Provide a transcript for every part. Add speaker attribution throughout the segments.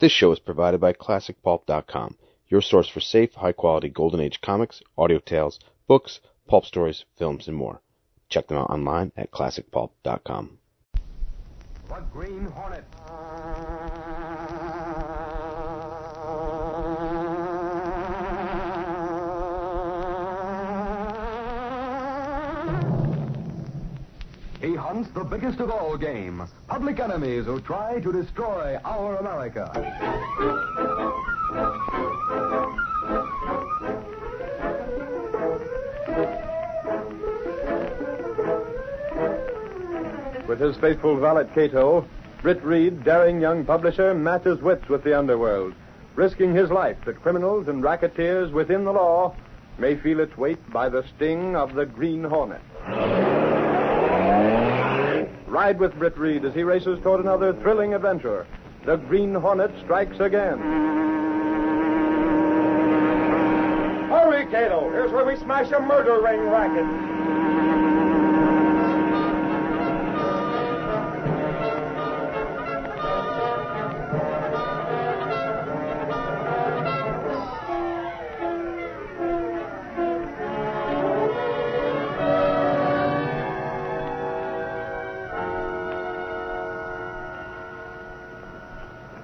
Speaker 1: This show is provided by ClassicPulp.com, your source for safe, high quality Golden Age comics, audio tales, books, pulp stories, films, and more. Check them out online at ClassicPulp.com.
Speaker 2: The Green Hornet. He hunts the biggest of all game public enemies who try to destroy our America.
Speaker 3: With his faithful valet Cato, Britt Reed, daring young publisher, matches wits with the underworld, risking his life that criminals and racketeers within the law may feel its weight by the sting of the Green Hornet. Ride with Britt Reed as he races toward another thrilling adventure. The Green Hornet strikes again. Hurry, Cato! Here's where we smash a murder ring racket.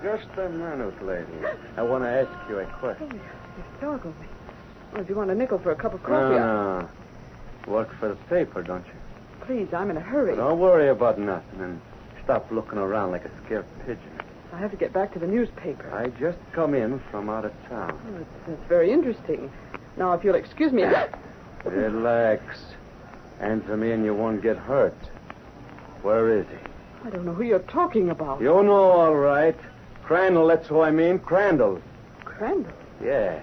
Speaker 4: Just a minute, lady. I want to ask you a question.
Speaker 5: Hey, Historical. Well, if you want a nickel for a cup of
Speaker 4: No,
Speaker 5: coffee, I-
Speaker 4: no. Work for the paper, don't you?
Speaker 5: please, I'm in a hurry.
Speaker 4: Don't worry about nothing and stop looking around like a scared pigeon.
Speaker 5: I have to get back to the newspaper.
Speaker 4: I just come in from out of town.
Speaker 5: Well, it's, it's very interesting. Now, if you'll excuse me,
Speaker 4: Relax. Answer me and you won't get hurt. Where is he?
Speaker 5: I don't know who you're talking about.
Speaker 4: You know all right. Crandall, that's who I mean. Crandall.
Speaker 5: Crandall.
Speaker 4: Yeah.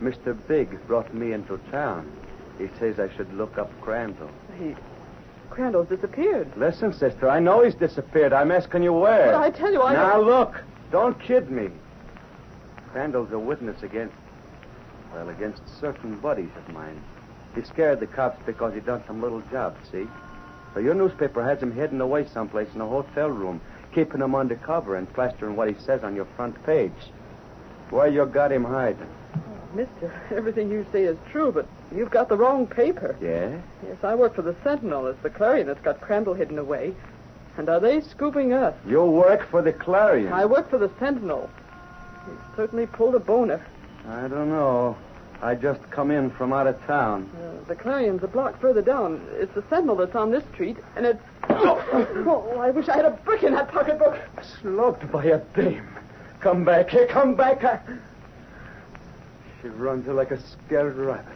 Speaker 4: Mr. Big brought me into town. He says I should look up Crandall.
Speaker 5: He. Crandall's disappeared.
Speaker 4: Listen, sister, I know he's disappeared. I'm asking you where.
Speaker 5: But I tell you, I.
Speaker 4: Now look, don't kid me. Crandall's a witness against, well, against certain buddies of mine. He scared the cops because he done some little job, see? So your newspaper has him hidden away someplace in a hotel room, keeping him undercover and plastering what he says on your front page. Where you got him hiding?
Speaker 5: Mister, everything you say is true, but you've got the wrong paper.
Speaker 4: Yeah?
Speaker 5: Yes, I work for the Sentinel. It's the Clarion that's got Crandall hidden away. And are they scooping us?
Speaker 4: You work for the Clarion.
Speaker 5: I work for the Sentinel. He's certainly pulled a boner.
Speaker 4: I don't know. I just come in from out of town.
Speaker 5: Uh, the Clarion's a block further down. It's the Sentinel that's on this street, and it's. Oh, I wish I had a brick in that pocketbook.
Speaker 4: Slugged by a dame. Come back here, come back. I... She runs her like a scared rabbit.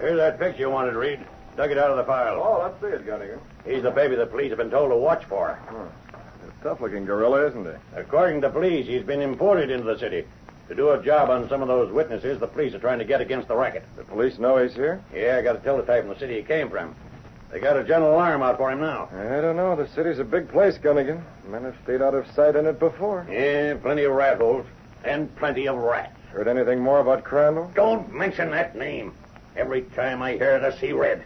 Speaker 6: Here's that picture you wanted to read. Dug it out of the file.
Speaker 3: Oh, that's it, Gunninger.
Speaker 6: He's the baby the police have been told to watch for. Uh,
Speaker 3: A tough looking gorilla, isn't he?
Speaker 6: According to police, he's been imported into the city to do a job on some of those witnesses the police are trying to get against the racket.
Speaker 3: The police know he's here?
Speaker 6: Yeah, I got a teletype from the city he came from. They got a general alarm out for him now.
Speaker 3: I don't know. The city's a big place, Gunnigan. Men have stayed out of sight in it before.
Speaker 6: Yeah, plenty of rat holes and plenty of rats.
Speaker 3: Heard anything more about Crandall?
Speaker 6: Don't mention that name. Every time I hear it, I see red.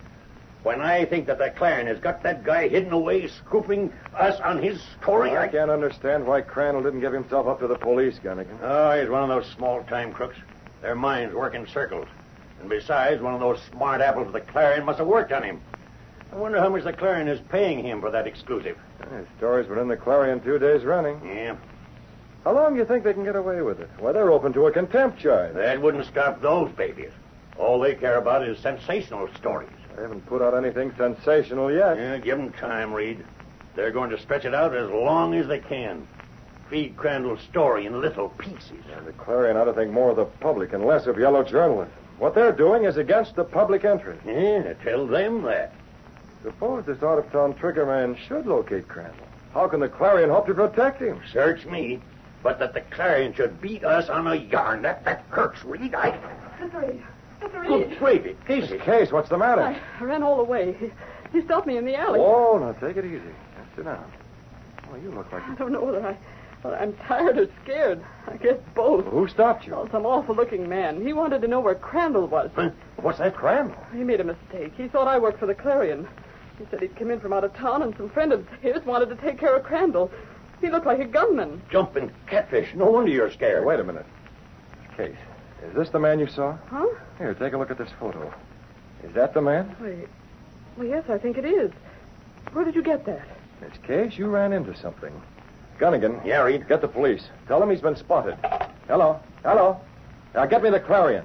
Speaker 6: When I think that the Clarion has got that guy hidden away, scooping us on his story,
Speaker 3: I can't understand why Crandall didn't give himself up to the police, Gunnigan.
Speaker 6: Oh, he's one of those small time crooks. Their minds work in circles. And besides, one of those smart apples of the Clarion must have worked on him. I wonder how much the Clarion is paying him for that exclusive.
Speaker 3: Uh, His story's been in the Clarion two days running.
Speaker 6: Yeah,
Speaker 3: How long do you think they can get away with it? Why, they're open to a contempt charge.
Speaker 6: that wouldn't stop those babies. All they care about is sensational stories.
Speaker 3: They haven't put out anything sensational yet.
Speaker 6: Yeah, give them time, Reed. They're going to stretch it out as long as they can. Feed Crandall's story in little pieces.
Speaker 3: The Clarion ought to think more of the public and less of yellow journalists. What they're doing is against the public interest.
Speaker 6: Yeah, tell them that.
Speaker 3: Suppose this out of town trigger man should locate Crandall. How can the Clarion hope to protect him?
Speaker 6: Search me. But that the Clarion should beat us on a yarn, that, that hurts, Reed. I... Good gravy, Casey.
Speaker 3: Case, what's the matter?
Speaker 5: I ran all the way. He, he stopped me in the alley.
Speaker 3: Oh, now take it easy. Just sit down.
Speaker 4: Oh, you look like
Speaker 5: I don't know whether I, whether I'm tired or scared. I guess both.
Speaker 4: Who stopped you?
Speaker 5: Oh, some awful-looking man. He wanted to know where Crandall was.
Speaker 6: Huh? What's that, Crandall?
Speaker 5: He made a mistake. He thought I worked for the Clarion. He said he'd come in from out of town, and some friend of his wanted to take care of Crandall. He looked like a gunman.
Speaker 6: Jumping catfish. No wonder you're scared.
Speaker 3: Wait a minute. Case, is this the man you saw?
Speaker 5: Huh?
Speaker 3: Here, take a look at this photo. Is that the man?
Speaker 5: Wait. Well, yes, I think it is. Where did you get that?
Speaker 3: Miss Case, you ran into something. Gunnigan.
Speaker 6: Yeah, Reed.
Speaker 3: Get the police. Tell them he's been spotted. Hello. Hello. Now get me the Clarion.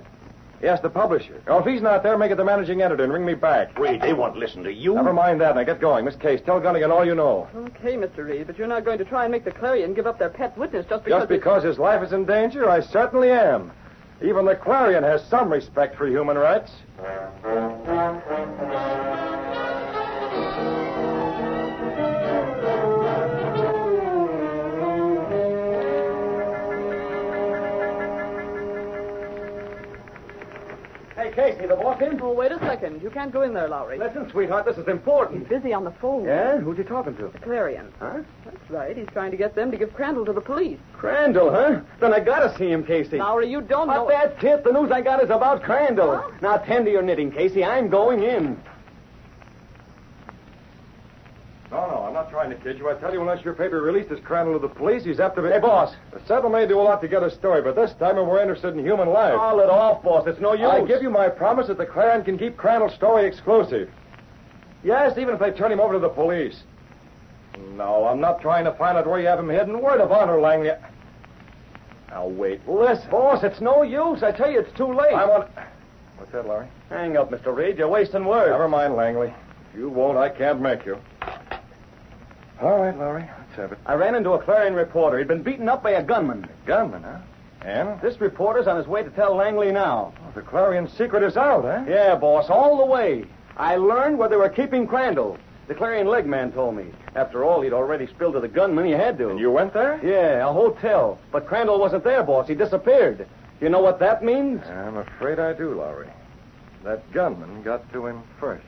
Speaker 3: Yes, the publisher. Oh, if he's not there, make it the managing editor and ring me back.
Speaker 6: Reed, they won't listen to you.
Speaker 3: Never mind that. Now get going. Miss Case, tell Gunnigan all you know.
Speaker 5: Okay, Mr. Reed, but you're not going to try and make the Clarion give up their pet witness just because.
Speaker 3: Just because his life is in danger, I certainly am. Even the Clarion has some respect for human rights.
Speaker 6: Hey, Casey, the boss in?
Speaker 5: Oh, wait a second. You can't go in there, Lowry.
Speaker 6: Listen, sweetheart, this is important.
Speaker 5: He's busy on the phone.
Speaker 4: Yeah? Who's he talking to?
Speaker 5: The Clarion.
Speaker 4: Huh?
Speaker 5: That's right. He's trying to get them to give Crandall to the police.
Speaker 4: Crandall, huh? Then I gotta see him, Casey.
Speaker 5: Lowry, you don't know.
Speaker 4: But that's it. The news I got is about Crandall.
Speaker 5: Huh?
Speaker 4: Now tend to your knitting, Casey. I'm going in.
Speaker 3: No, no, I'm not trying to kid you. I tell you, unless your paper releases Crandall to the police, he's apt to be. Hey, boss. The settle may do a lot to get a story, but this time we're interested in human life.
Speaker 4: Call it off, boss. It's no use.
Speaker 3: I give you my promise that the Clarion can keep Crandall's story exclusive. Yes, even if they turn him over to the police. No, I'm not trying to find out where you have him hidden. Word of honor, Langley. Now, wait. Listen.
Speaker 4: Boss, it's no use. I tell you, it's too late.
Speaker 3: I want. What's that, Larry?
Speaker 4: Hang up, Mr. Reed. You're wasting words.
Speaker 3: Never mind, Langley. If you won't, I can't make you. All right, Larry. Let's have it.
Speaker 4: I ran into a Clarion reporter. He'd been beaten up by a gunman.
Speaker 3: Gunman, huh? And?
Speaker 4: This reporter's on his way to tell Langley now.
Speaker 3: Oh, the Clarion secret is out, eh? huh?
Speaker 4: Yeah, boss, all the way. I learned where they were keeping Crandall. The Clarion leg man told me. After all, he'd already spilled to the gunman. He had to.
Speaker 3: And you went there?
Speaker 4: Yeah, a hotel. But Crandall wasn't there, boss. He disappeared. You know what that means?
Speaker 3: I'm afraid I do, Lowry. That gunman got to him first.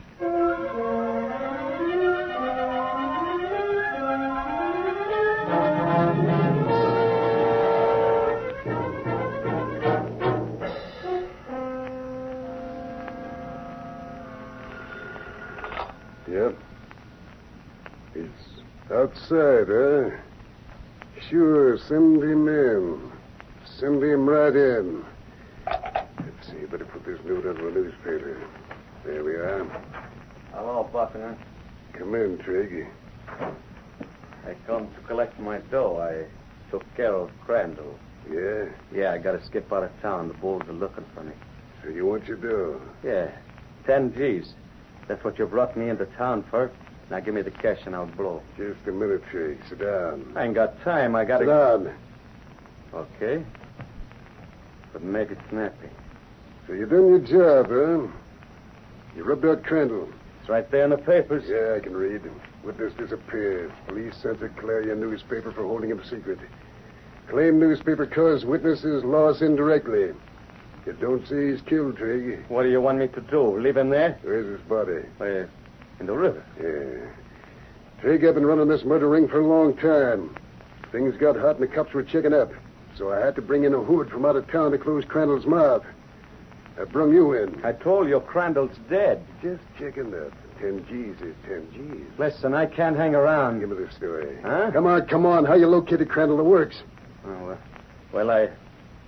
Speaker 7: Yep. It's outside, huh? Sure, send him in. Send him right in. Let's see, better put this note under the newspaper. There we are.
Speaker 4: Hello, Buckner.
Speaker 7: Come in, Triggy.
Speaker 4: I come to collect my dough. I took care of Crandall.
Speaker 7: Yeah?
Speaker 4: Yeah, I gotta skip out of town. The bulls are looking for me.
Speaker 7: So you want your dough?
Speaker 4: Yeah, ten G's. That's what you brought me into town for. Now give me the cash and I'll blow.
Speaker 7: Just a minute, Triggy. Sit down.
Speaker 4: I ain't got time. I
Speaker 7: Sit
Speaker 4: gotta.
Speaker 7: down.
Speaker 4: Okay. But make it snappy.
Speaker 7: So you done your job, huh? You rubbed out Crandall.
Speaker 4: It's right there in the papers.
Speaker 7: Yeah, I can read. Witness disappeared. Police sent a Clarion newspaper for holding him secret. Claim newspaper caused witnesses loss indirectly. You don't say he's killed, Trig.
Speaker 4: What do you want me to do? Leave him there?
Speaker 7: Where's his body?
Speaker 4: Where? Uh, In the river.
Speaker 7: Yeah. Trig, I've been running this murder ring for a long time. Things got hot and the cops were checking up. So I had to bring in a hood from out of town to close Crandall's mouth. I brung you in.
Speaker 4: I told you Crandall's dead.
Speaker 7: Just checking that. Ten G's is ten G's.
Speaker 4: Listen, I can't hang around.
Speaker 7: Give me the story.
Speaker 4: Huh?
Speaker 7: Come on, come on. How you located Crandall? The works.
Speaker 4: Oh, well, well, I.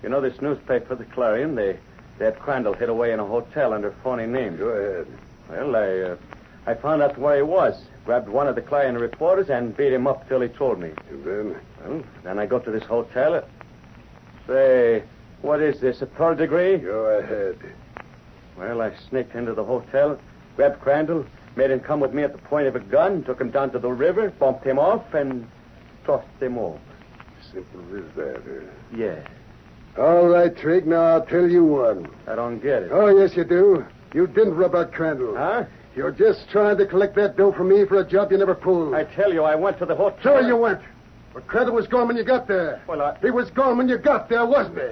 Speaker 4: You know this newspaper, the Clarion? They, they had Crandall hid away in a hotel under phony names.
Speaker 7: Go ahead.
Speaker 4: Well, I, uh, I found out where he was. Grabbed one of the Clarion reporters and beat him up till he told me.
Speaker 7: And then?
Speaker 4: Well, then I go to this hotel. Say, what is this, a third degree?
Speaker 7: Go ahead.
Speaker 4: Well, I sneaked into the hotel, grabbed Crandall, made him come with me at the point of a gun, took him down to the river, bumped him off, and tossed him off.
Speaker 7: Simple as that. huh?
Speaker 4: Yeah,
Speaker 7: All right, Trig. Now I'll tell you one.
Speaker 4: I don't get it.
Speaker 7: Oh, yes, you do. You didn't rub out Crandall.
Speaker 4: Huh?
Speaker 7: You're just trying to collect that dough from me for a job you never pulled.
Speaker 4: I tell you, I went to the hotel.
Speaker 7: Sure you went. But Crandall was gone when you got there.
Speaker 4: Well, I...
Speaker 7: He was gone when you got there, wasn't he?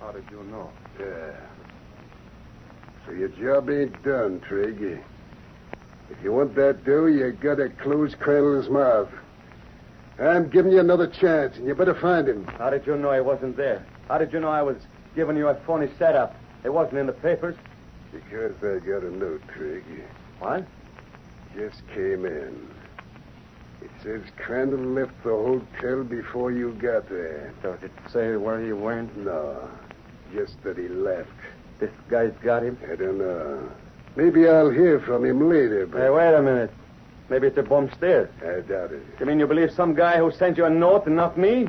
Speaker 4: How did you know?
Speaker 7: Yeah. So your job ain't done, Trig. If you want that dough, you gotta close Crandall's mouth. I'm giving you another chance, and you better find him.
Speaker 4: How did you know he wasn't there? How did you know I was giving you a phony setup? It wasn't in the papers.
Speaker 7: Because I got a note, Trig.
Speaker 4: What?
Speaker 7: Just came in. It says Crandall left the hotel before you got there.
Speaker 4: Does it say where you went?
Speaker 7: No, just that he left.
Speaker 4: This guy's got him.
Speaker 7: I don't know. Maybe I'll hear from him later, but
Speaker 4: Hey, wait a minute. Maybe it's a bum stairs.
Speaker 7: I doubt it.
Speaker 4: You mean you believe some guy who sent you a note and not me?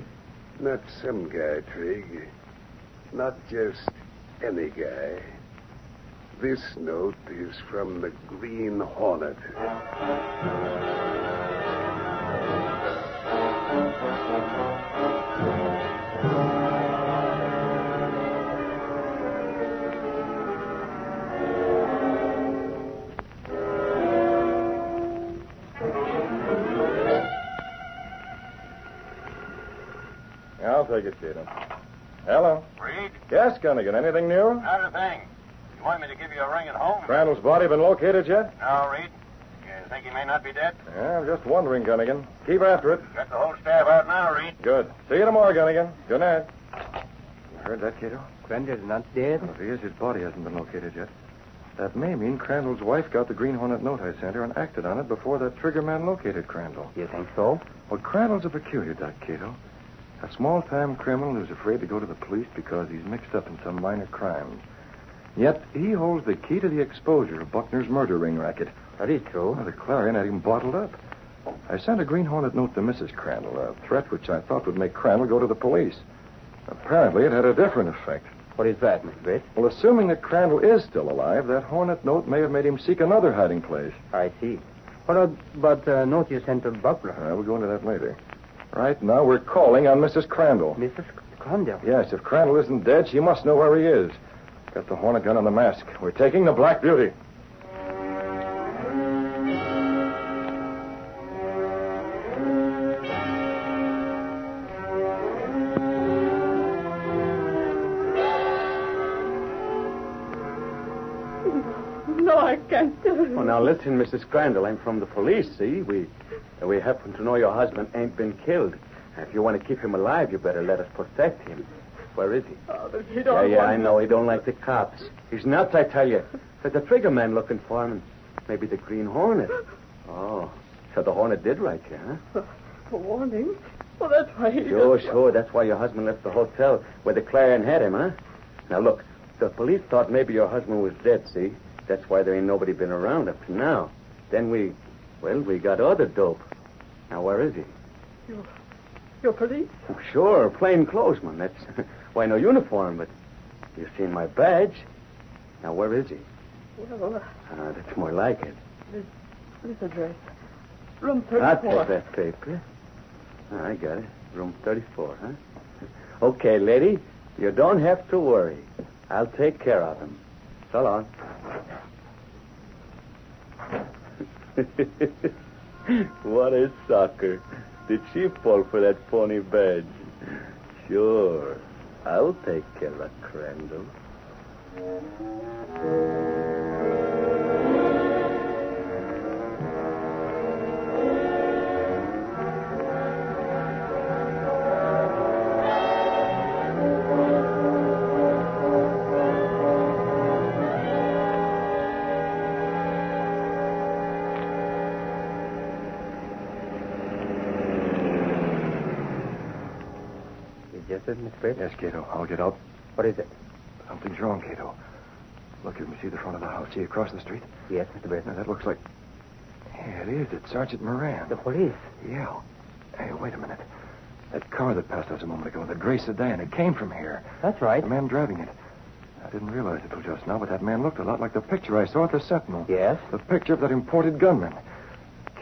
Speaker 7: Not some guy, Trig. Not just any guy. This note is from the Green Hornet.
Speaker 3: Yeah, I'll take it, Cato. Hello.
Speaker 6: Reed,
Speaker 3: Yes, Gunnigan. Anything new?
Speaker 6: not a thing. You want me to give you a ring at home?
Speaker 3: Crandall's body been located yet?
Speaker 6: No, Reed. You think he may not be dead?
Speaker 3: Yeah, I'm just wondering, Gunnigan. Keep after it.
Speaker 6: Got the whole staff out now, Reed.
Speaker 3: Good. See you tomorrow, Gunnigan. Good night.
Speaker 4: You heard that, Cato? Crandall's not dead?
Speaker 3: Well, if he is, his body hasn't been located yet. That may mean Crandall's wife got the Green Hornet note I sent her and acted on it before that trigger man located Crandall.
Speaker 4: You think so?
Speaker 3: Well, Crandall's a peculiar duck, Cato. A small time criminal who's afraid to go to the police because he's mixed up in some minor crimes. Yet he holds the key to the exposure of Buckner's murder ring racket.
Speaker 4: That is true.
Speaker 3: Well, the Clarion had him bottled up. I sent a Green Hornet note to Mrs. Crandall, a threat which I thought would make Crandall go to the police. Apparently, it had a different effect.
Speaker 4: What is that, Miss Britt?
Speaker 3: Well, assuming that Crandall is still alive, that Hornet note may have made him seek another hiding place.
Speaker 4: I see. What uh, about the note you sent to Buckler?
Speaker 3: Uh, we'll go into that later. Right now, we're calling on Mrs. Crandall.
Speaker 4: Mrs. Crandall.
Speaker 3: Yes, if Crandall isn't dead, she must know where he is. Got the Hornet gun on the mask. We're taking the Black Beauty.
Speaker 5: No, I can't do it.
Speaker 4: Well, now listen, Mrs. Crandall. I'm from the police, see? We we happen to know your husband ain't been killed. If you want to keep him alive, you better let us protect him. Where is he?
Speaker 5: Oh, but you
Speaker 4: yeah,
Speaker 5: don't
Speaker 4: yeah,
Speaker 5: want
Speaker 4: I know. He don't like the cops. He's nuts, I tell you. There's a trigger man looking for him, and maybe the Green Hornet. Oh, so the Hornet did right you, huh?
Speaker 5: a warning. Well, that's why he
Speaker 4: Sure, sure. That's why your husband left the hotel where the Clarion had him, huh? Now, look, the police thought maybe your husband was dead, see? That's why there ain't nobody been around up to now. Then we, well, we got other dope. Now, where is he? Oh,
Speaker 5: Your police?
Speaker 4: Sure, plain clothesman. That's why no uniform, but you've seen my badge. Now, where is he?
Speaker 5: Well,
Speaker 4: Ah, that's more like it.
Speaker 5: this address. Room
Speaker 4: I'll take
Speaker 5: 34.
Speaker 4: that paper. Ah, I got it. Room 34, huh? Okay, lady, you don't have to worry. I'll take care of him. So long. what a sucker. Did she fall for that phony badge? Sure. I'll take care of Crandall. You get it, Miss Bates?
Speaker 3: Yes, Cato. I'll get out.
Speaker 4: What is it?
Speaker 3: Something's wrong, Cato. Look, you can see the front of the house. See across the street?
Speaker 4: Yes, Mr. Bates.
Speaker 3: Now, that looks like. Yeah, it is. It's Sergeant Moran.
Speaker 4: The police.
Speaker 3: Yeah. Hey, wait a minute. That car that passed us a moment ago, the gray sedan, it came from here.
Speaker 4: That's right.
Speaker 3: The man driving it. I didn't realize it till just now, but that man looked a lot like the picture I saw at the Sentinel.
Speaker 4: Yes?
Speaker 3: The picture of that imported gunman.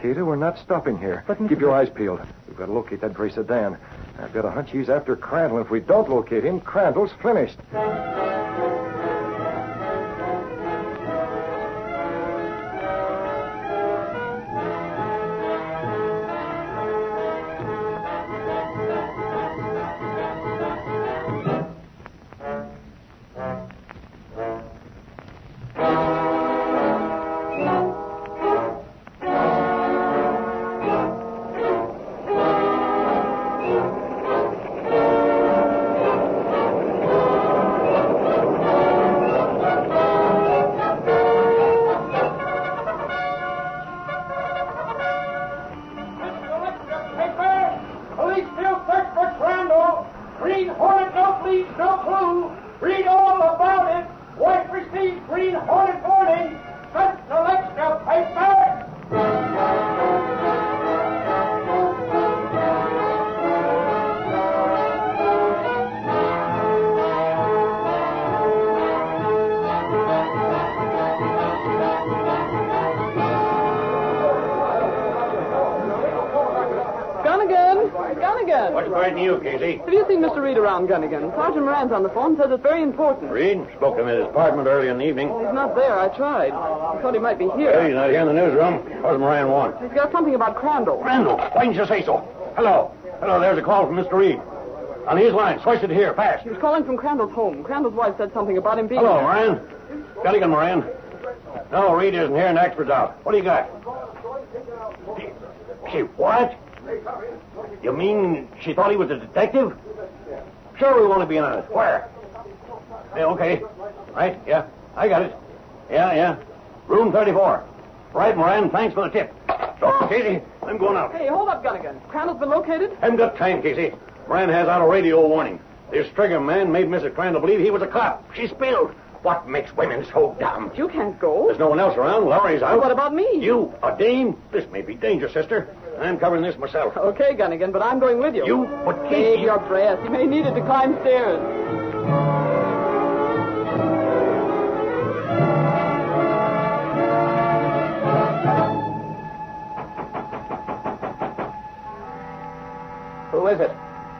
Speaker 3: Cato, we're not stopping here.
Speaker 4: But, Mr.
Speaker 3: Keep your eyes peeled. We've got to locate that gray sedan. I've got a hunch he's after Crandall. If we don't locate him, Crandall's finished.
Speaker 8: Green Hornet, no fleet, no clue. Read all about it. Was received Green Hornet warning. Sent to Lexington paper.
Speaker 5: Gunnigan! Gunnigan!
Speaker 4: What's frightening you, Casey?
Speaker 5: Have you seen Mr. Reed around, Gunnigan? Sergeant Moran's on the phone, says it's very important.
Speaker 4: Reed spoke to him at his apartment early in the evening.
Speaker 5: He's not there. I tried. I thought he might be
Speaker 4: Well,
Speaker 5: here.
Speaker 4: he's not here in the newsroom. What does Moran want?
Speaker 5: He's got something about Crandall.
Speaker 4: Randall, why didn't you say so? Hello. Hello, there's a call from Mr. Reed. On his line, switch it here, fast.
Speaker 5: He was calling from Crandall's home. Crandall's wife said something about him being.
Speaker 4: Hello, Moran. Gunnigan, Moran. No, Reed isn't here and Axford's out. What do you got? She what? You mean she thought he was a detective? Sure, we want to be in on it. Where? Yeah, okay. Right, yeah. I got it. Yeah, yeah. Room 34. Right, Moran, thanks for the tip. Oh, Casey, I'm going out.
Speaker 5: Hey, hold up, Gunnigan. Crandall's been located?
Speaker 4: Haven't got time, Casey. Moran has out a radio warning. This trigger man made Mrs. Crandall believe he was a cop. She spilled. What makes women so dumb?
Speaker 5: You can't go.
Speaker 4: There's no one else around. Lowry's out.
Speaker 5: What about me?
Speaker 4: You, a dame? This may be danger, sister. I'm covering this myself.
Speaker 5: Okay, Gunnigan, but I'm going with you.
Speaker 4: You? But
Speaker 5: Save
Speaker 4: Casey...
Speaker 5: your breath. You may need it to climb stairs.
Speaker 4: Who is it?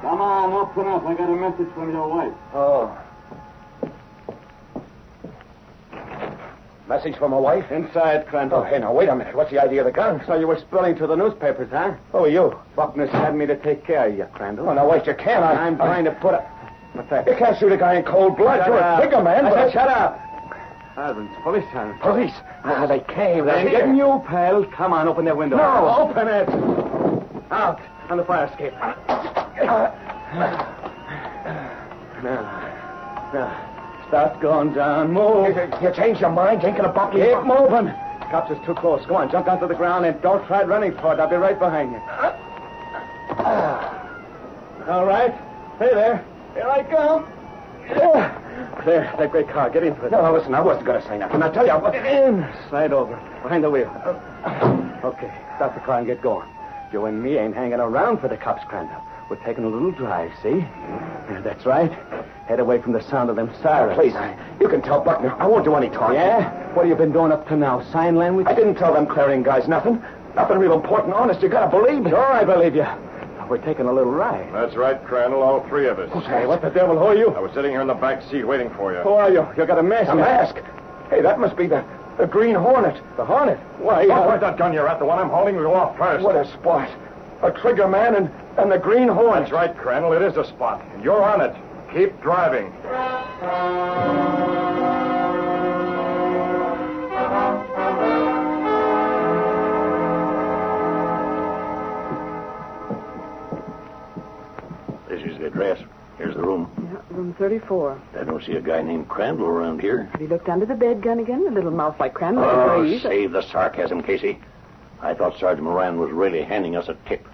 Speaker 9: Come on, open up. I got a message from your wife.
Speaker 4: Oh. Message from a wife? Inside, Crandall. Oh, hey, now, wait a minute. What's the idea of the gun?
Speaker 9: So you were spilling to the newspapers, huh?
Speaker 4: Who are you?
Speaker 9: Buckner had me to take care of you, Crandall.
Speaker 4: Oh, now, wait, you can't. I,
Speaker 9: I'm trying to put a. What's that?
Speaker 4: You can't shoot a guy in cold blood.
Speaker 9: Shut
Speaker 4: You're
Speaker 9: up.
Speaker 4: a bigger man,
Speaker 9: I
Speaker 4: but...
Speaker 9: said shut up. Sirens, police sirens.
Speaker 4: Police. Ah, they came. They're
Speaker 9: Get new, pal. Come on, open that window.
Speaker 4: No, open it.
Speaker 9: Out on the fire escape.
Speaker 4: Ah.
Speaker 9: Now, now, start going down. Move.
Speaker 4: You, you changed your mind. You ain't gonna bump me.
Speaker 9: Keep moving. Cops is too close. Go on, jump down to the ground and don't try running for it. I'll be right behind you.
Speaker 4: Ah.
Speaker 9: All right. Hey there. Here I come. There, that great car. Get in for it.
Speaker 4: No, listen, I wasn't gonna say nothing. I tell you, I was...
Speaker 9: In. Slide over. Behind the wheel. Okay. Stop the car and get going. You and me ain't hanging around for the cops, Crandall. We're taking a little drive, see? Yeah, That's right. Head away from the sound of them sirens.
Speaker 4: Please, you can tell Buckner. I won't do any talking.
Speaker 9: Yeah? What have you been doing up to now? Sign language?
Speaker 4: I didn't tell them clearing guys nothing. Nothing real important, honest. You gotta believe me.
Speaker 9: Sure, I believe you. We're taking a little ride.
Speaker 3: That's right, Crandall, all three of us.
Speaker 9: Hey, what the devil? Who are you?
Speaker 3: I was sitting here in the back seat waiting for you.
Speaker 9: Who are you? You got a mask.
Speaker 4: A mask. Hey, that must be the, the Green Hornet. uh,
Speaker 9: The Hornet. Why?
Speaker 3: Don't point that gun you're at. The one I'm holding will go off first.
Speaker 4: What a spot. A trigger man and, and the Green Hornet.
Speaker 3: That's right, Crandall. It is a spot. And you're on it. Keep driving.
Speaker 4: This is the address. Here's the room.
Speaker 5: Yeah, room 34.
Speaker 4: I don't see a guy named Crandall around here.
Speaker 5: Have you looked under the bed, Gunnigan? A little mouth like Crandall.
Speaker 4: Oh,
Speaker 5: Please.
Speaker 4: save the sarcasm, Casey. I thought Sergeant Moran was really handing us a tip.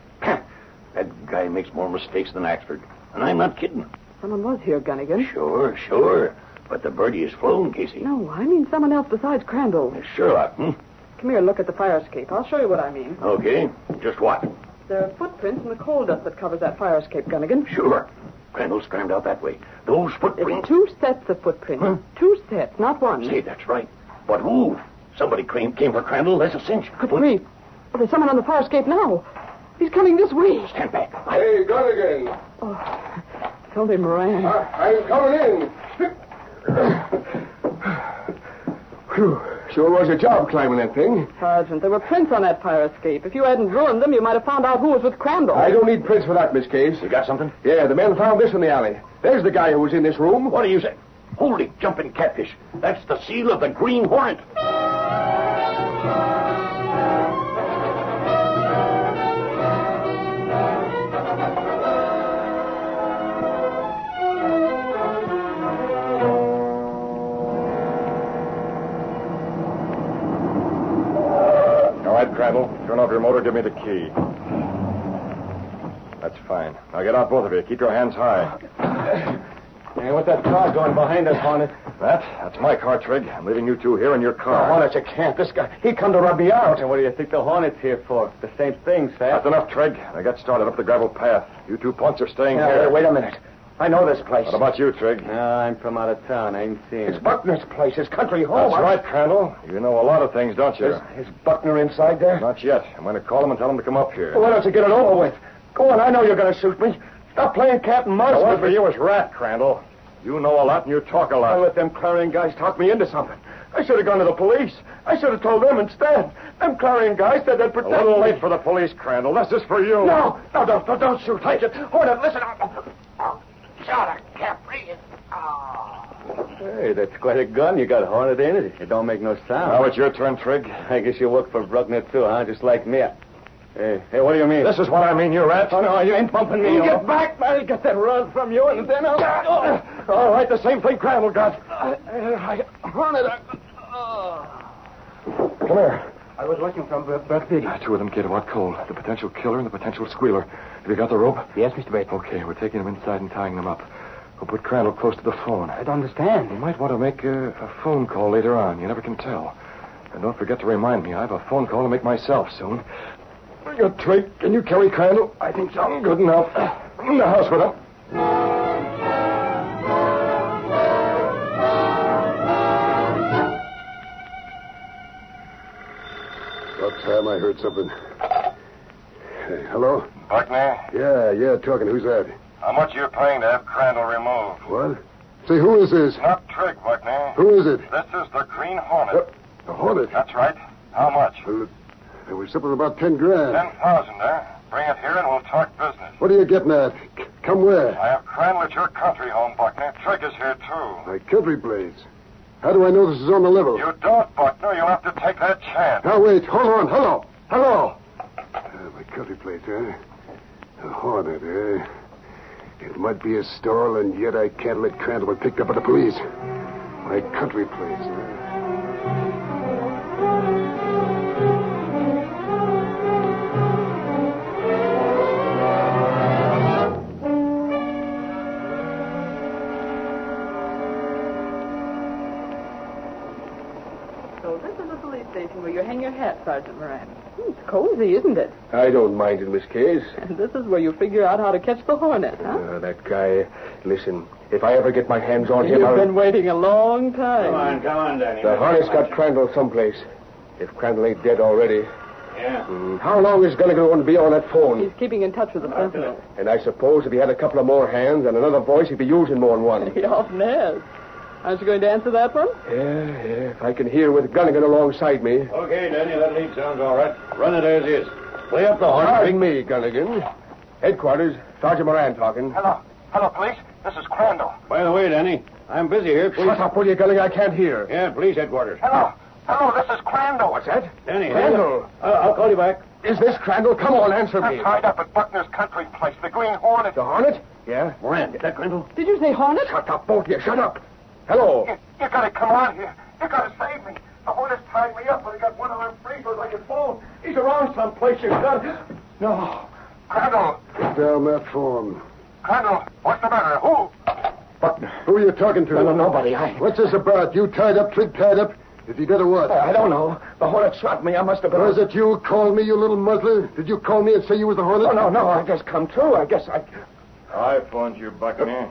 Speaker 4: that guy makes more mistakes than Axford. And I'm not kidding.
Speaker 5: Someone was here, Gunnigan.
Speaker 4: Sure, sure. But the birdie is flown, Casey.
Speaker 5: No, I mean someone else besides Crandall.
Speaker 4: Sherlock, hmm?
Speaker 5: Come here and look at the fire escape. I'll show you what I mean.
Speaker 4: Okay. Just what?
Speaker 5: There are footprints in the coal dust that covers that fire escape, Gunnigan.
Speaker 4: Sure. Crandall scrammed out that way. Those
Speaker 5: It's
Speaker 4: footprints.
Speaker 5: two sets of footprints.
Speaker 4: Huh?
Speaker 5: Two sets, not one.
Speaker 4: Say, that's right. But who? Somebody came, came for Crandall. That's a cinch.
Speaker 5: Good grief. Oh, there's someone on the fire escape now. He's coming this way.
Speaker 4: Stand back. I...
Speaker 10: Hey, Gunnigan.
Speaker 5: It's only Moran.
Speaker 10: I, I'm coming in. Phew. Sure was a job climbing that thing.
Speaker 5: Sergeant, there were prints on that fire escape. If you hadn't ruined them, you might have found out who was with Crandall.
Speaker 10: I don't need prints for that, Miss Case.
Speaker 4: You got something?
Speaker 10: Yeah, the men found this in the alley. There's the guy who was in this room.
Speaker 4: What do you say? Holy jumping catfish. That's the seal of the Green Hornet.
Speaker 3: All right, Crandall. Turn off your motor. Give me the key. That's fine. Now get out, both of you. Keep your hands high. Hey, what's that car going behind us, Hornet? That? That's my car, Trig. I'm leaving you two here in your car. Hornet, you can't. This guy, he come to rub me out. And what do you think the Hornet's here for? The same thing, Sam. That's enough, Trig. I got started up the gravel path. You two punts are staying here.
Speaker 4: wait a minute. I know this place.
Speaker 3: What about you, Trig?
Speaker 4: No, I'm from out of town. I ain't seen
Speaker 8: It's Buckner's place, his country home.
Speaker 3: That's right, Crandall. You know a lot of things, don't you?
Speaker 8: Is, is Buckner inside there?
Speaker 3: Not yet. I'm going to call him and tell him to come up here.
Speaker 8: Why don't you get it over with? Go on, I know you're going to shoot me. Stop playing cat and mouse.
Speaker 3: The one
Speaker 8: with
Speaker 3: for
Speaker 8: me.
Speaker 3: you is rat, Crandall. You know a lot and you talk a
Speaker 8: I
Speaker 3: lot.
Speaker 8: let them clarion guys talk me into something. I should have gone to the police. I should have told them instead. Them clarion guys said they'd
Speaker 3: A
Speaker 8: protect
Speaker 3: little
Speaker 8: me.
Speaker 3: late for the police, Crandall. This is for you.
Speaker 8: No, no, don't, don't, don't shoot. Take it. Hornet, listen. Oh, I-
Speaker 4: Hey, that's quite a gun you got, Hornet, ain't it? It don't make no sound.
Speaker 3: Now it's your turn, Trig.
Speaker 4: I guess you work for Bruckner, too, huh? Just like me. Hey, hey, what do you mean?
Speaker 3: This is what I mean, you rat.
Speaker 4: Oh, no, you ain't bumping me. Oh.
Speaker 8: You
Speaker 4: off.
Speaker 8: get back, I'll get that rod from you, and then I'll.
Speaker 4: Ah.
Speaker 3: All right, the same thing Crandall got.
Speaker 8: I, Hornet, I,
Speaker 3: Ah. Come here.
Speaker 4: I was working from Buck City.
Speaker 3: Ah, Two of them, kid, what cold. The potential killer and the potential squealer. Have you got the rope?
Speaker 4: Yes, Mr. Bates.
Speaker 3: Okay, we're taking them inside and tying them up. We'll put Crandall close to the phone.
Speaker 4: I don't understand.
Speaker 3: You might want to make a, a phone call later on. You never can tell. And don't forget to remind me, I have a phone call to make myself soon. Your trig, can you carry Crandall? I think so. Good enough. In the house with him.
Speaker 7: About time I heard something. Hey, hello?
Speaker 3: Buckner,
Speaker 7: Yeah, yeah, talking. Who's that?
Speaker 3: how much you paying to have Crandall removed?
Speaker 7: What? Say, who is this?
Speaker 3: Not Trig, Buckner.
Speaker 7: Who is it?
Speaker 3: This is the Green Hornet.
Speaker 7: Yep. The Hornet.
Speaker 3: That's right. How much?
Speaker 7: Well, it was something about ten grand.
Speaker 3: Ten thousand, eh? Bring it here and we'll talk business.
Speaker 7: What are you getting at? C- come where?
Speaker 3: I have Crandall at your country home, Buckner. Trig is here, too.
Speaker 7: My country place. How do I know this is on the level?
Speaker 3: You don't, Buckner. You'll have to take that chance.
Speaker 7: Now, wait. Hold on. Hello. Hello. Uh, my country place, huh? A hornet, eh? It might be a stall, and yet I can't let Crandall be picked up by the police. My country place, huh?
Speaker 5: So this is the police station where you hang your hat, Sergeant Moran. Hmm, It's cozy, isn't it?
Speaker 3: I don't mind in this case.
Speaker 5: And this is where you figure out how to catch the hornet, huh?
Speaker 3: Uh, that guy, listen, if I ever get my hands on
Speaker 5: You've
Speaker 3: him, I'll...
Speaker 5: been waiting a long time.
Speaker 6: Come on, come on, Danny.
Speaker 3: The harness got Crandall someplace. If Crandall ain't dead already.
Speaker 6: Yeah.
Speaker 3: Hmm, How long is Gulligan to be on that phone?
Speaker 5: He's keeping in touch with the sentinel.
Speaker 3: And I suppose if he had a couple of more hands and another voice, he'd be using more than one.
Speaker 5: He often is. Aren't you going to answer that one?
Speaker 3: Yeah, yeah. If I can hear with Gulligan alongside me.
Speaker 6: Okay, Danny, that lead sounds all right. Run it as is. Play up the horn.
Speaker 3: Pardon me, Gulligan. Headquarters, Sergeant Moran talking.
Speaker 4: Hello. Hello, police. This is Crandall.
Speaker 6: By the way, Danny, I'm busy here. Please.
Speaker 3: Shut up, will you, Gulligan? I can't hear.
Speaker 6: Yeah, police headquarters.
Speaker 4: Hello. Hello, this is Crandall. What's that?
Speaker 6: Danny,
Speaker 3: Crandall.
Speaker 6: I'll, I'll call you back.
Speaker 3: Is this Crandall? Come on, answer me.
Speaker 4: tied up at Buckner's country place, the Green Hornet.
Speaker 3: The Hornet? Yeah.
Speaker 6: Moran, is that Crandall?
Speaker 5: Did you say hornet?
Speaker 3: Shut up, both of you. Shut up. Hello.
Speaker 4: you gotta come out here. You gotta save me. The Hornet's tied me up, but he got one arm free so I can fall.
Speaker 3: He's around someplace. You've got... No.
Speaker 4: Crandall.
Speaker 7: Get down that phone.
Speaker 4: Crandall. What's the matter? Who?
Speaker 3: Buckner.
Speaker 7: Who are you talking to?
Speaker 3: No, no, nobody. I...
Speaker 7: What's this about? You tied up, Trig tied up? Is he dead or what?
Speaker 3: I don't know. The hornet shot me. I must have been...
Speaker 7: Was it you called me, you little muddler? Did you call me and say you was the hornet?
Speaker 3: Oh, No, no, no. I just come to. I guess I... I phoned you, Buckner.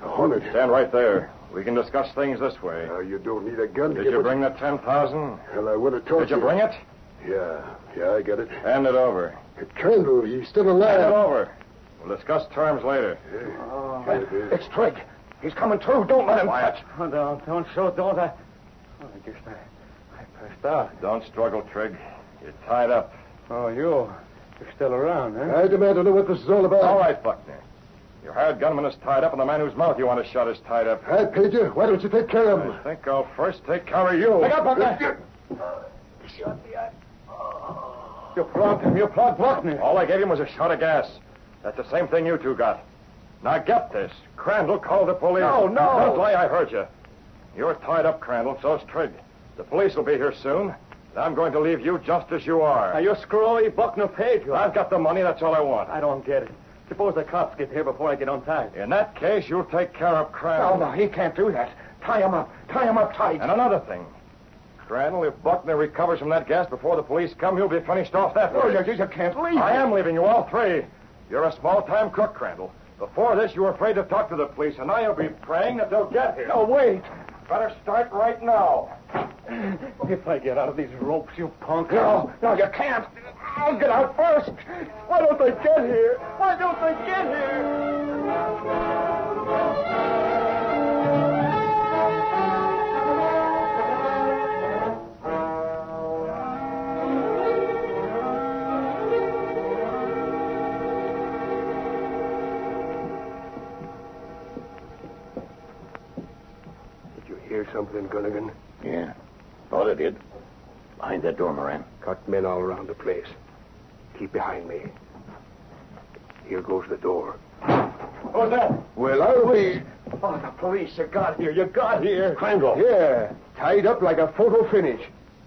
Speaker 7: The hornet?
Speaker 3: Stand right there. We can discuss things this way.
Speaker 7: Now, you don't need a gun. to
Speaker 3: Did
Speaker 7: get
Speaker 3: you
Speaker 7: what-
Speaker 3: bring the 10000
Speaker 7: Well, I would have told
Speaker 3: Did you bring it?
Speaker 7: Yeah, yeah, I got it.
Speaker 3: Hand it over.
Speaker 7: Crandall, he's still
Speaker 3: Hand it
Speaker 7: alive.
Speaker 3: over. We'll discuss terms later.
Speaker 7: It's
Speaker 3: Trig. He's coming too. Don't let him Quiet.
Speaker 4: Oh, no, don't show, don't. I, oh, I guess I, I passed out.
Speaker 3: Don't struggle, Trig. You're tied up.
Speaker 4: Oh, you. You're still around, huh?
Speaker 7: I Uh-huh. demand to know what this is all about.
Speaker 3: All right, Buckner. Your hired gunman is tied up, and the man whose mouth you want to shut is tied up.
Speaker 7: Hi, Pager. Why don't you take care of him?
Speaker 3: I think I'll first take care of you.
Speaker 4: You flogged him. You flogged Buckner.
Speaker 3: All I gave him was a shot of gas. That's the same thing you two got. Now get this. Crandall called the police.
Speaker 4: No, no.
Speaker 3: Don't lie, I heard you. You're tied up, Crandall, so's Trig. The police will be here soon. And I'm going to leave you just as you are.
Speaker 4: Now, you screwy Buckner paid you.
Speaker 3: I've got the money, that's all I want.
Speaker 4: I don't get it.
Speaker 6: Suppose the cops get here before I get on time. Oh,
Speaker 3: In that case, you'll take care of Crandall.
Speaker 8: Oh, no, he can't do that. Tie him up. Tie him up tight.
Speaker 3: And another thing. Crandall, if Buckner recovers from that gas before the police come, he'll be finished off that way.
Speaker 8: Oh, you, you can't leave.
Speaker 3: I am leaving you all three. You're a small-time cook, Crandall. Before this, you were afraid to talk to the police, and now you'll be praying that they'll get here.
Speaker 8: No, wait.
Speaker 3: better start right now.
Speaker 6: If I get out of these ropes, you punk.
Speaker 8: No, no, you can't. I'll get out first. Why don't they get here? Why don't they get here?
Speaker 7: Did you hear something, Gunnigan?
Speaker 6: Yeah. Thought I did. Behind that door, Moran.
Speaker 7: Got men all around the place. Keep behind me. Here goes the door.
Speaker 8: Oh,
Speaker 3: Who's that?
Speaker 7: Well, I'll be.
Speaker 3: Oh, the police. You got here. You got here. Crandall.
Speaker 7: Yeah, tied up like a photo finish.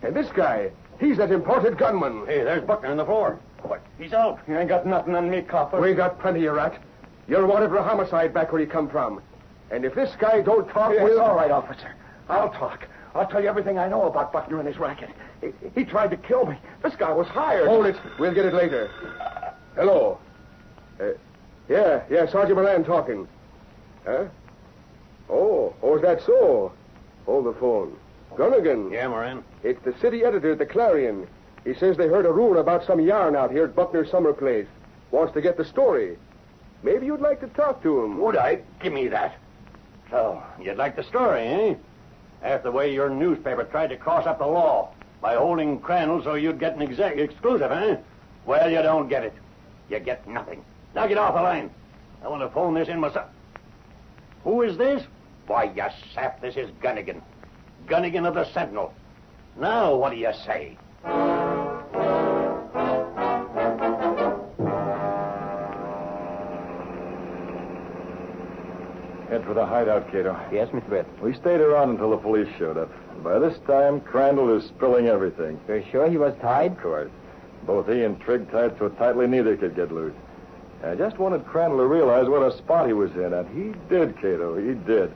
Speaker 7: And this guy, he's that imported gunman.
Speaker 3: Hey, there's Buckner on the floor. What?
Speaker 6: He's out.
Speaker 3: You ain't got nothing on me, copper.
Speaker 7: We got plenty of rat. You're wanted for homicide back where you come from. And if this guy don't talk,
Speaker 8: It's
Speaker 7: we'll...
Speaker 8: all right, officer. I'll talk. I'll tell you everything I know about Buckner and his racket. He, he tried to kill me. This guy was hired.
Speaker 7: Hold it. We'll get it later. Hello. Uh, yeah, yeah, Sergeant Moran talking. Huh? Oh, oh, is that so? Hold the phone. Gunnigan.
Speaker 6: Yeah, Moran.
Speaker 7: It's the city editor at the Clarion. He says they heard a rumor about some yarn out here at Buckner's summer place. Wants to get the story. Maybe you'd like to talk to him.
Speaker 6: Would I? Give me that. So, you'd like the story, eh? That's the way your newspaper tried to cross up the law by holding Crandall so you'd get an exec- exclusive, eh? Well, you don't get it. You get nothing. Now get off the line. I want to phone this in myself. Who is this? Why, you sap, this is Gunnigan. Gunnigan of the Sentinel. Now, what do you say?
Speaker 3: Head for the hideout, Cato.
Speaker 4: Yes, Mr. Brett.
Speaker 3: We stayed around until the police showed up. By this time, Crandall is spilling everything.
Speaker 4: You're sure he was tied?
Speaker 3: Of course. Both he and Trigg tied so tightly neither could get loose. I just wanted Crandall to realize what a spot he was in, and he did, Cato. He did.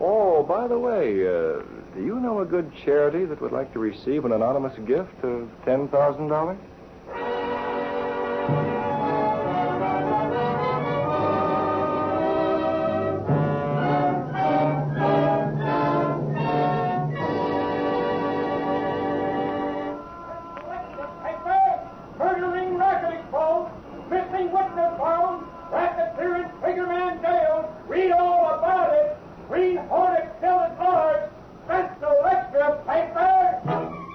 Speaker 3: Oh, by the way, uh, do you know a good charity that would like to receive an anonymous gift of ten thousand dollars?
Speaker 8: Paper, murdering racket exposed, missing witness found, racketeering figure man jailed. Read all about it. Green Hornet still at large. That's no extra paper.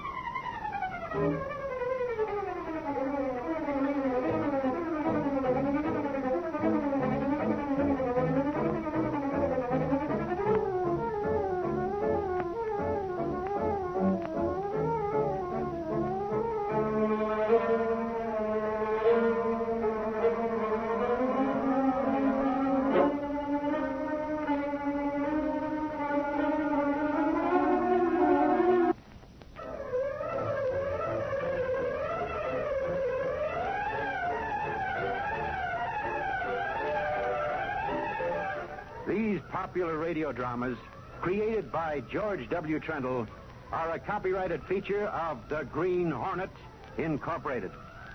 Speaker 2: These popular radio dramas, created by George W. Trendle, are a copyrighted feature of The Green Hornet, Incorporated.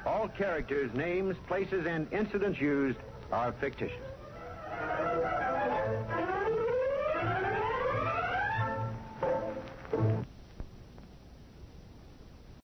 Speaker 2: All characters, names, places, and incidents used are fictitious.